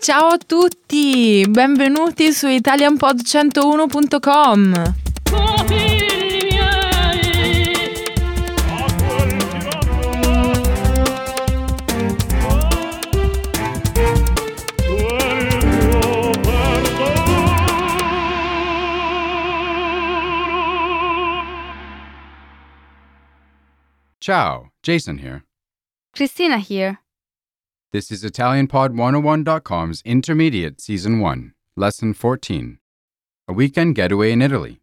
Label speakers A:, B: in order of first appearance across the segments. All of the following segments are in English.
A: Ciao a tutti, benvenuti su italianpod101.com.
B: Ciao, Jason here.
C: Christina here.
B: This is ItalianPod101.com's Intermediate Season 1, Lesson 14 A Weekend Getaway in Italy.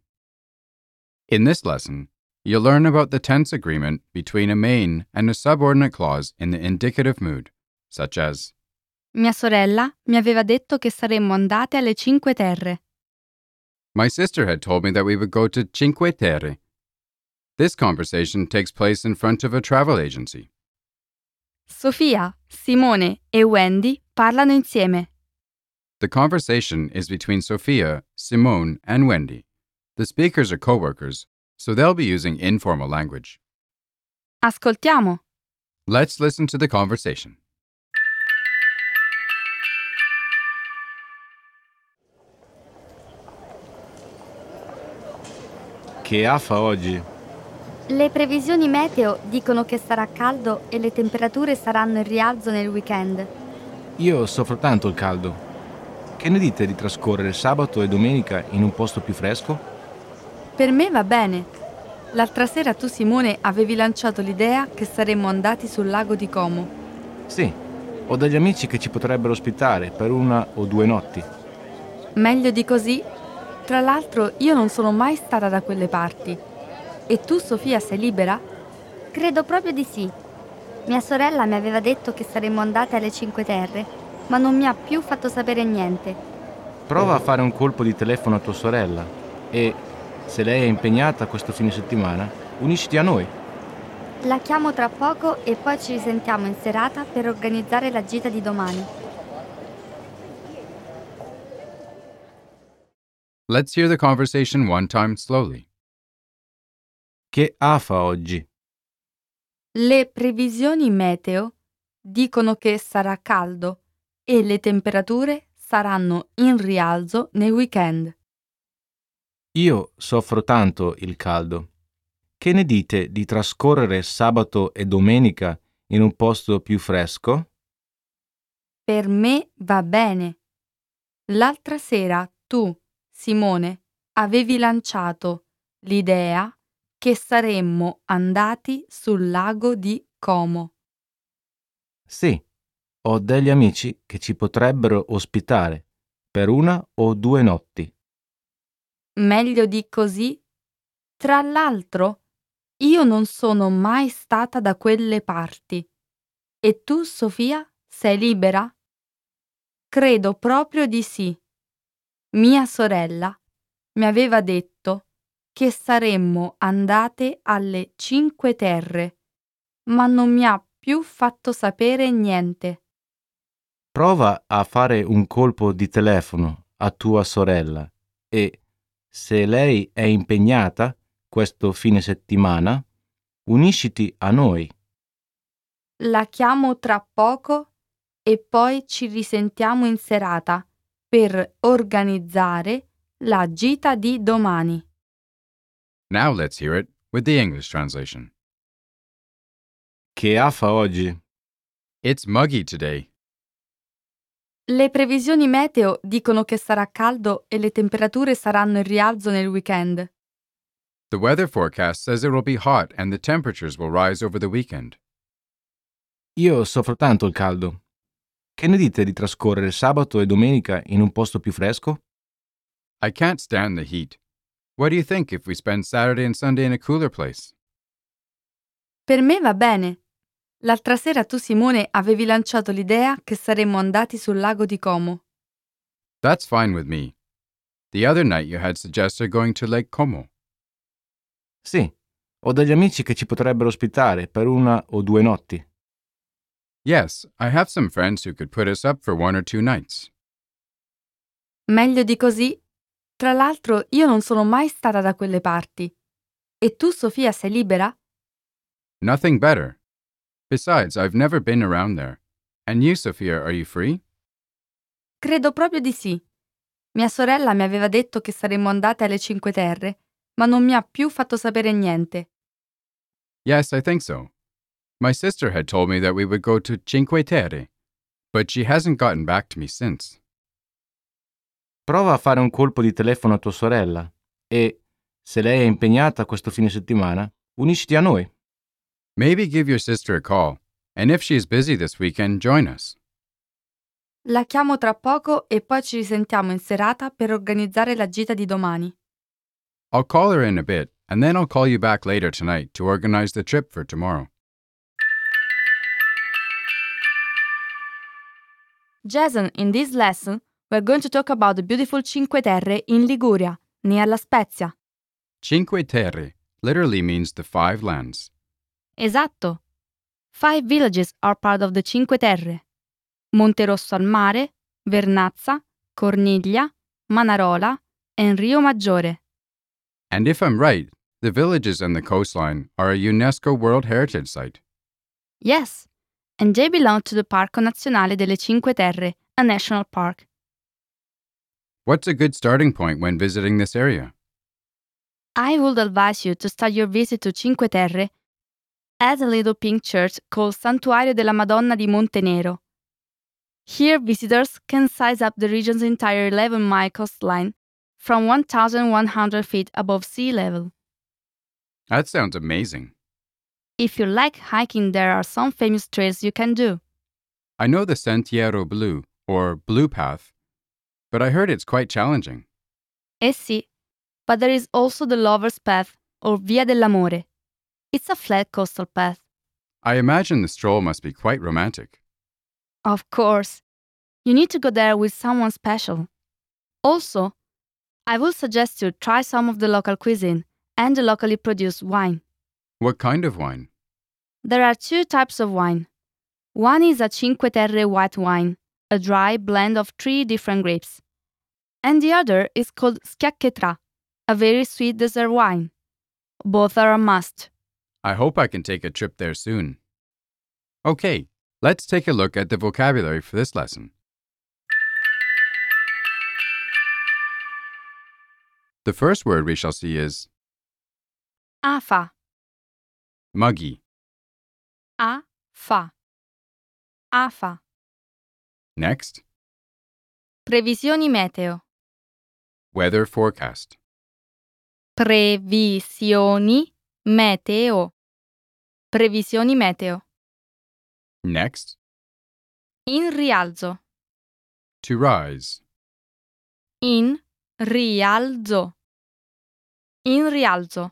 B: In this lesson, you'll learn about the tense agreement between a main and a subordinate clause in the indicative mood, such as
C: Mia sorella mi aveva detto che saremmo andate alle Cinque Terre.
B: My sister had told me that we would go to Cinque Terre. This conversation takes place in front of a travel agency.
C: Sofia, Simone e Wendy parlano insieme.
B: The conversation is between Sophia, Simone, and Wendy. The speakers are coworkers, so they'll be using informal language.
C: Ascoltiamo.
B: Let's listen to the conversation.
D: Che afa oggi?
E: Le previsioni meteo dicono che sarà caldo e le temperature saranno in rialzo nel weekend.
D: Io soffro tanto il caldo. Che ne dite di trascorrere sabato e domenica in un posto più fresco?
C: Per me va bene. L'altra sera tu, Simone, avevi lanciato l'idea che saremmo andati sul lago di Como.
D: Sì, ho degli amici che ci potrebbero ospitare per una o due notti.
C: Meglio di così? Tra l'altro, io non sono mai stata da quelle parti. E tu, Sofia, sei libera?
E: Credo proprio di sì. Mia sorella mi aveva detto che saremmo andate alle Cinque Terre, ma non mi ha più fatto sapere niente.
D: Prova a fare un colpo di telefono a tua sorella e, se lei è impegnata questo fine settimana, unisciti a noi.
E: La chiamo tra poco e poi ci risentiamo in serata per organizzare la gita di domani.
B: Let's hear the conversation one time slowly.
D: Che afa oggi?
C: Le previsioni meteo dicono che sarà caldo e le temperature saranno in rialzo nel weekend.
D: Io soffro tanto il caldo. Che ne dite di trascorrere sabato e domenica in un posto più fresco?
C: Per me va bene. L'altra sera tu, Simone, avevi lanciato l'idea che saremmo andati sul lago di Como.
D: Sì, ho degli amici che ci potrebbero ospitare per una o due notti.
C: Meglio di così? Tra l'altro, io non sono mai stata da quelle parti. E tu, Sofia, sei libera? Credo proprio di sì. Mia sorella mi aveva detto che saremmo andate alle Cinque Terre, ma non mi ha più fatto sapere niente.
D: Prova a fare un colpo di telefono a tua sorella e, se lei è impegnata questo fine settimana, unisciti a noi.
C: La chiamo tra poco e poi ci risentiamo in serata per organizzare la gita di domani.
B: Now let's hear it with the English translation.
D: Che afa oggi?
B: It's muggy today.
C: Le previsioni meteo dicono che sarà caldo e le temperature saranno in rialzo nel weekend.
B: The weather forecast says it will be hot and the temperatures will rise over the weekend.
D: Io soffro tanto il caldo. Che ne dite di trascorrere sabato e domenica in un posto più fresco?
B: I can't stand the heat. What do you think if we spend Saturday and Sunday in a cooler place?
C: Per me va bene. L'altra sera tu, Simone, avevi lanciato l'idea che saremmo andati sul lago di Como.
B: That's fine with me. The other night you had suggested going to Lake Como.
D: Sì, ho degli amici che ci potrebbero ospitare per una o due notti.
B: Yes, I have some friends who could put us up for one or two nights.
C: Meglio di così? Tra l'altro, io non sono mai stata da quelle parti. E tu, Sofia, sei libera?
B: Nothing better. Besides, I've never been around there. And you, Sophia, are you free?
C: Credo proprio di sì. Mia sorella mi aveva detto che saremmo andate alle Cinque Terre, ma non mi ha più fatto sapere niente.
B: Yes, I think so. My sister had told me that we would go to Cinque Terre, but she hasn't gotten back to me since.
D: Prova a fare un colpo di telefono a tua sorella e, se lei è impegnata questo fine settimana, unisciti a noi.
B: Maybe give your sister a call, and if she's busy this weekend, join us.
C: La chiamo tra poco e poi ci risentiamo in serata per organizzare la gita di domani.
B: I'll call her in a bit, and then I'll call you back later tonight to organize the trip for tomorrow.
C: Jason, in this lesson, we're going to talk about the beautiful Cinque Terre in Liguria, near La Spezia.
B: Cinque Terre literally means the five lands.
C: Esatto. Five villages are part of the Cinque Terre. Monterosso al Mare, Vernazza, Corniglia, Manarola e Rio Maggiore.
B: And if I'm right, the villages and the coastline are a UNESCO World Heritage Site.
C: Yes, and they belong to the Parco Nazionale delle Cinque Terre, a national park.
B: What's a good starting point when visiting this area?
C: I would advise you to start your visit to Cinque Terre at a little pink church called Santuario della Madonna di Montenero. Here, visitors can size up the region's entire 11 mile coastline from 1,100 feet above sea level.
B: That sounds amazing.
C: If you like hiking, there are some famous trails you can do.
B: I know the Sentiero Blue, or Blue Path, but I heard it's quite challenging.
C: Eh sì, but there is also the Lover's Path or Via dell'Amore. It's a flat coastal path.
B: I imagine the stroll must be quite romantic.
C: Of course. You need to go there with someone special. Also, I will suggest you try some of the local cuisine and the locally produced wine.
B: What kind of wine?
C: There are two types of wine. One is a Cinque Terre white wine, a dry blend of three different grapes. And the other is called Schiacchetra, a very sweet dessert wine. Both are a must.
B: I hope I can take a trip there soon. Okay, let's take a look at the vocabulary for this lesson. The first word we shall see is
C: AFA,
B: muggy.
C: AFA. AFA.
B: Next,
C: Previsioni meteo.
B: weather forecast.
C: Previsioni meteo. Previsioni meteo.
B: Next,
C: In rialzo.
B: to rise.
C: In rialzo. In rialzo.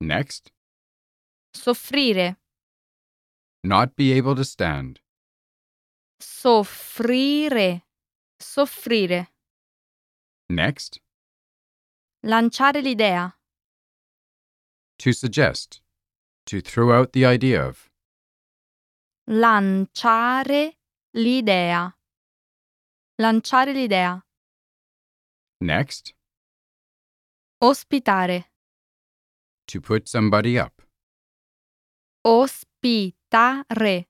B: Next,
C: Soffrire.
B: not be able to stand.
C: Soffrire. Soffrire.
B: Next,
C: Lanciare l'idea.
B: to suggest. To throw out the idea of.
C: Lanciare l'idea. Lanciare l'idea.
B: Next,
C: Ospitare.
B: to put somebody up.
C: Ospitare.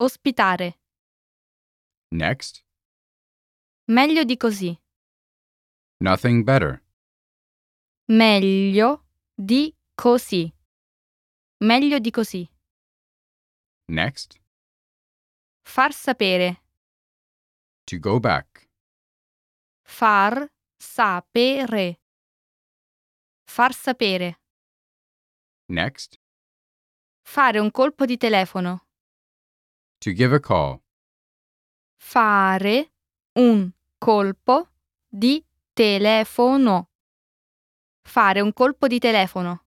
C: Ospitare.
B: Next,
C: Meglio di così.
B: nothing better.
C: Meglio di così. Meglio di così.
B: Next,
C: Far sapere.
B: to go back.
C: Far sapere. Far sapere.
B: Next,
C: Fare un colpo di telefono.
B: to give a call.
C: Fare un colpo di telefono. Fare un colpo di telefono.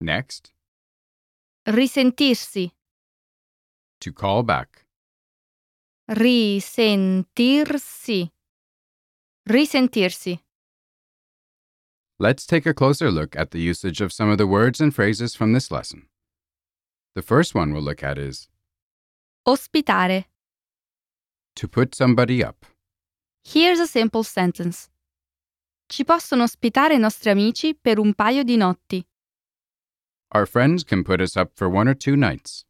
B: Next,
C: Risentirsi.
B: to call back.
C: Risentirsi. Risentirsi.
B: Let's take a closer look at the usage of some of the words and phrases from this lesson. The first one we'll look at is
C: Ospitare.
B: to put somebody up.
C: Here's a simple sentence. Ci possono ospitare i nostri amici per un paio di notti.
B: Our friends can put us up for one or two nights.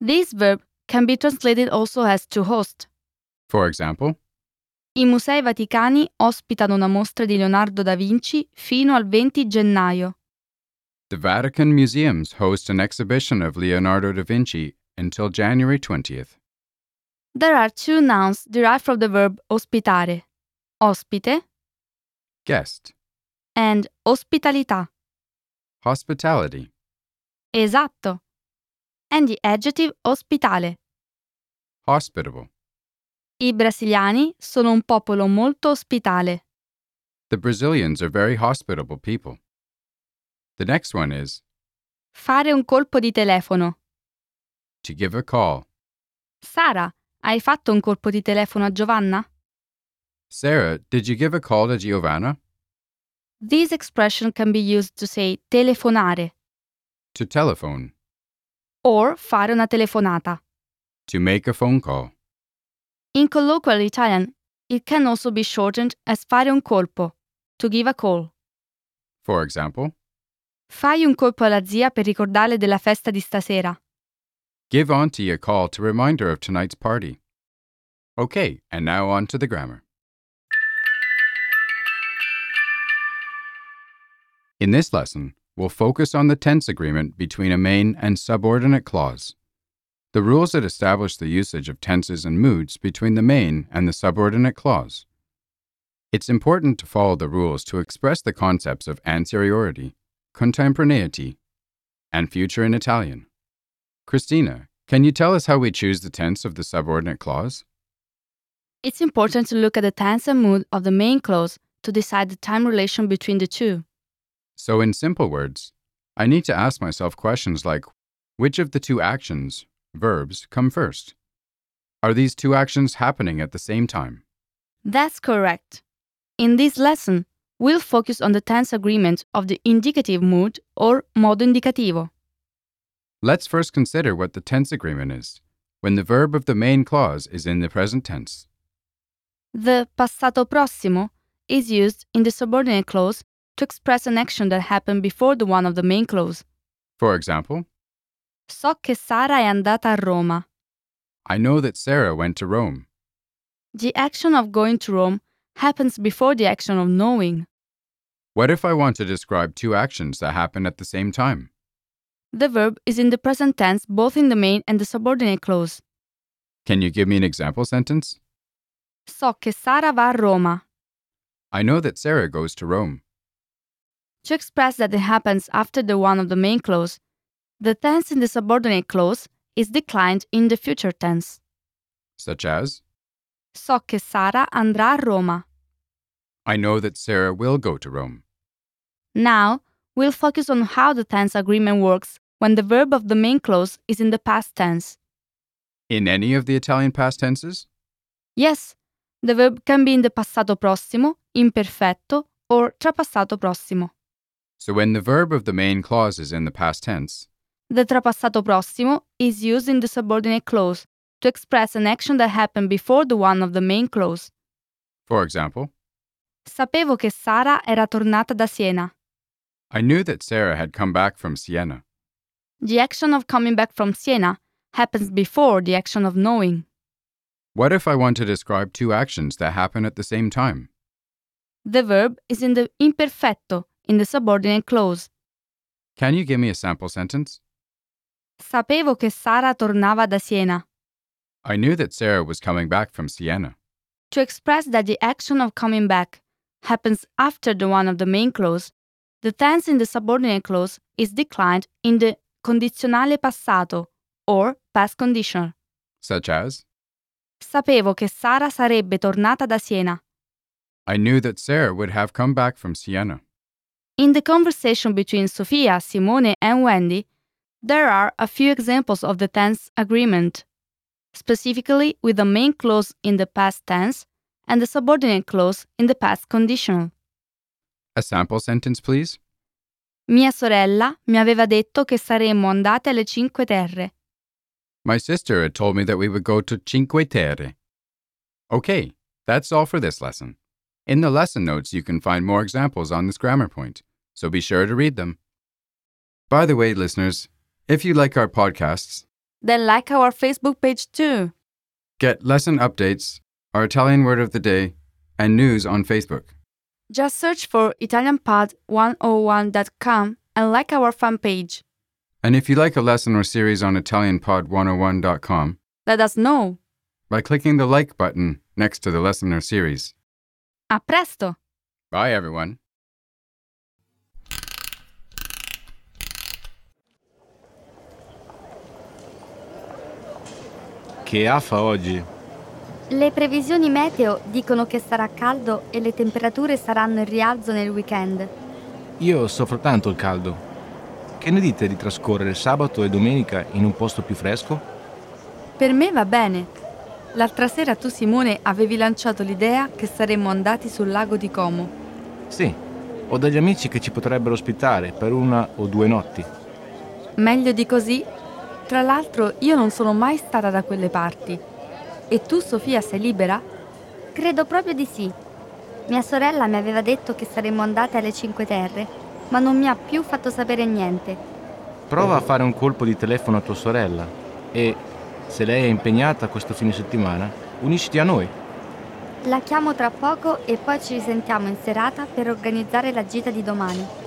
C: This verb can be translated also as to host.
B: For example,
C: I Musei Vaticani ospitano una mostra di Leonardo da Vinci fino al 20 gennaio.
B: the Vatican Museums host an exhibition of Leonardo da Vinci until January 20th.
C: There are two nouns derived from the verb ospitare. Ospite
B: Guest,
C: and ospitalità.
B: hospitality.
C: Esatto. And the adjective ospitale.
B: Hospitable.
C: I brasiliani sono un popolo molto ospitale.
B: The Brazilians are very hospitable people. The next one is
C: Fare un colpo di telefono.
B: to give a call.
C: Sara, hai fatto un colpo di telefono a Giovanna?
B: Sarah, did you give a call to Giovanna?
C: This expression can be used to say telefonare
B: To telephone.
C: or fare una telefonata.
B: To make a phone call.
C: In colloquial Italian, it can also be shortened as fare un colpo, to give a call.
B: For example,
C: Fai un colpo alla zia per ricordarle della festa di stasera.
B: give Auntie a call to remind her of tonight's party. Okay, and now on to the grammar. In this lesson, we'll focus on the tense agreement between a main and subordinate clause. The rules that establish the usage of tenses and moods between the main and the subordinate clause. It's important to follow the rules to express the concepts of anteriority, contemporaneity, and future in Italian. Christina, can you tell us how we choose the tense of the subordinate clause?
C: It's important to look at the tense and mood of the main clause to decide the time relation between the two.
B: So, in simple words, I need to ask myself questions like which of the two actions, verbs, come first? Are these two actions happening at the same time?
C: That's correct. In this lesson, we'll focus on the tense agreement of the indicative mood or modo indicativo.
B: Let's first consider what the tense agreement is when the verb of the main clause is in the present tense.
C: The passato prossimo is used in the subordinate clause to express an action that happened before the one of the main clause.
B: For example,
C: So che Sara è andata a Roma.
B: I know that Sarah went to Rome.
C: The action of going to Rome happens before the action of knowing.
B: What if I want to describe two actions that happen at the same time?
C: The verb is in the present tense both in the main and the subordinate clause.
B: Can you give me an example sentence?
C: So che Sara va a Roma.
B: I know that Sarah goes to Rome.
C: To express that it happens after the one of the main clause, the tense in the subordinate clause is declined in the future tense.
B: Such as,
C: So che Sara andrà a Roma.
B: I know that Sarah will go to Rome.
C: Now, we'll focus on how the tense agreement works when the verb of the main clause is in the past tense.
B: In any of the Italian past tenses?
C: Yes, the verb can be in the passato prossimo, imperfetto, or trapassato prossimo.
B: So when the verb of the main clause is in the past tense,
C: The trapassato prossimo is used in the subordinate clause to express an action that happened before the one of the main clause.
B: for example,
C: Sapevo che Sara era tornata da Siena.
B: I knew that Sarah had come back from Siena.
C: The action of coming back from Siena happens before the action of knowing.
B: What if I want to describe two actions that happen at the same time?
C: The verb is in the imperfetto in the subordinate clause.
B: Can you give me a sample sentence?
C: Sapevo che Sara tornava da Siena.
B: I knew that Sarah was coming back from Siena.
C: To express that the action of coming back happens after the one of the main clause, the tense in the subordinate clause is declined in the condizionale passato or past conditional.
B: Such as,
C: Sapevo che Sara sarebbe tornata da Siena.
B: I knew that Sarah would have come back from Siena.
C: In the conversation between Sofia, Simone, and Wendy, there are a few examples of the tense agreement, specifically with the main clause in the past tense and the subordinate clause in the past conditional.
B: A sample sentence, please.
C: Mia sorella mi aveva detto che saremmo andate alle Cinque Terre.
B: My sister had told me that we would go to Cinque Terre. Okay, that's all for this lesson. In the lesson notes, you can find more examples on this grammar point, so be sure to read them. By the way, listeners, if you like our podcasts,
C: Then like our Facebook page too.
B: get lesson updates, our Italian word of the day, and news on Facebook.
C: Just search for ItalianPod101.com and like our fan page.
B: And if you like a lesson or series on ItalianPod101.com,
C: Let us know.
B: by clicking the like button next to the lesson or series.
C: A presto!
B: Bye, everyone.
D: Che affa oggi!
E: Le previsioni meteo dicono che sarà caldo e le temperature saranno in rialzo nel weekend.
D: Io soffro tanto il caldo. Che ne dite di trascorrere sabato e domenica in un posto più fresco?
C: Per me va bene. L'altra sera tu Simone avevi lanciato l'idea che saremmo andati sul lago di Como.
D: Sì, ho degli amici che ci potrebbero ospitare per una o due notti.
C: Meglio di così? Tra l'altro io non sono mai stata da quelle parti. E tu Sofia sei libera?
E: Credo proprio di sì. Mia sorella mi aveva detto che saremmo andate alle Cinque Terre, ma non mi ha più fatto sapere niente.
D: Prova a fare un colpo di telefono a tua sorella e, se lei è impegnata questo fine settimana, unisciti a noi.
E: La chiamo tra poco e poi ci risentiamo in serata per organizzare la gita di domani.